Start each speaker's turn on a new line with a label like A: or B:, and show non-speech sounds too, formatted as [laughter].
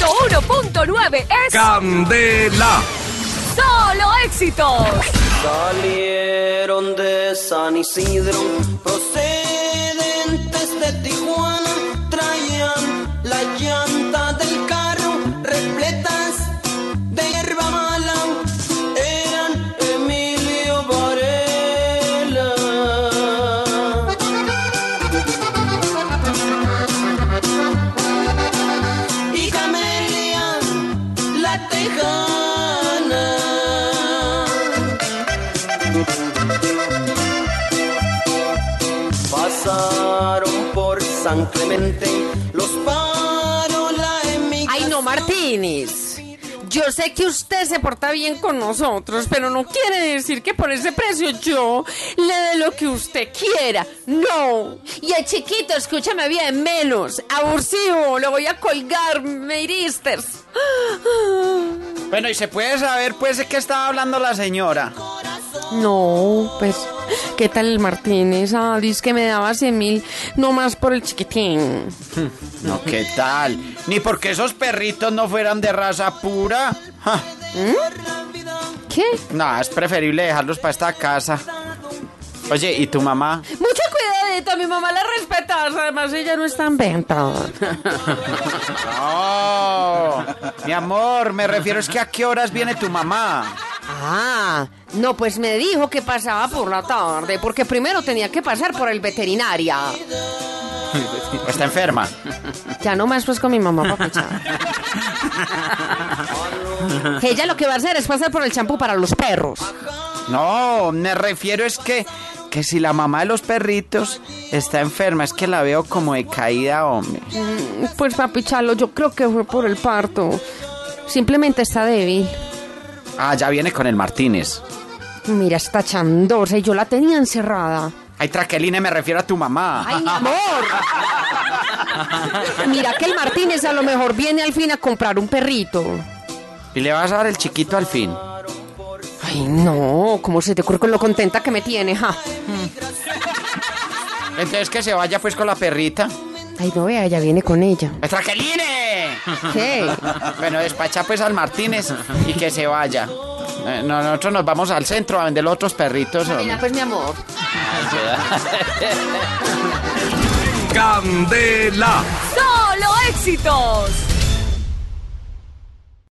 A: 101.9 es
B: Candela.
A: solo éxitos.
C: Salieron de San Isidro, procedentes de Tijuana, traían las llantas del carro repletas de hierba mala. Eran Emilio Varela. y Camelia la Tejana. Pasaron por San Clemente los parola en mi
D: Ay, no, Martínez. Yo sé que usted se porta bien con nosotros, pero no quiere decir que por ese precio yo le dé lo que usted quiera. No. Y el chiquito, escúchame bien, menos. Abursivo, lo voy a colgar, me hiriste.
E: Bueno, y se puede saber, pues, de qué estaba hablando la señora.
D: No, pues, ¿qué tal el Martínez? Ah, dice que me daba 100 mil nomás por el chiquitín.
E: No, ¿qué tal? Ni porque esos perritos no fueran de raza pura. Ja,
D: ¿Qué?
E: no, es preferible dejarlos para esta casa. Oye, ¿y tu mamá?
D: Mucho cuidadito, mi mamá la respeta, además ella no está en venta.
E: Oh, mi amor, me refiero es que a qué horas viene tu mamá.
D: Ah, no, pues me dijo que pasaba por la tarde, porque primero tenía que pasar por el veterinaria.
E: Está enferma.
D: Ya no más pues con mi mamá [laughs] papucha. Ella lo que va a hacer es pasar por el champú para los perros.
E: No, me refiero es que que si la mamá de los perritos está enferma, es que la veo como de caída, hombre.
D: Mm, Pues papichalo, yo creo que fue por el parto. Simplemente está débil.
E: Ah, ya viene con el Martínez.
D: Mira, está chandosa y yo la tenía encerrada.
E: Ay, Traqueline, me refiero a tu mamá.
D: ¡Ay, mi [laughs] amor! Mira que el Martínez a lo mejor viene al fin a comprar un perrito.
E: Y le vas a dar el chiquito al fin.
D: Ay, no, ¿cómo se te ocurre con lo contenta que me tiene, ja?
E: Entonces que se vaya pues con la perrita.
D: Ay, no vea, ella viene con [laughs] ella.
E: ¡Ay, ¡Traqueline!
D: ¿Qué?
E: [laughs] Bueno, despacha pues al Martínez y que se vaya. Eh, no, nosotros nos vamos al centro a vender los otros perritos. hombre.
D: Mira, pues mi amor.
B: Candela.
A: Solo éxitos.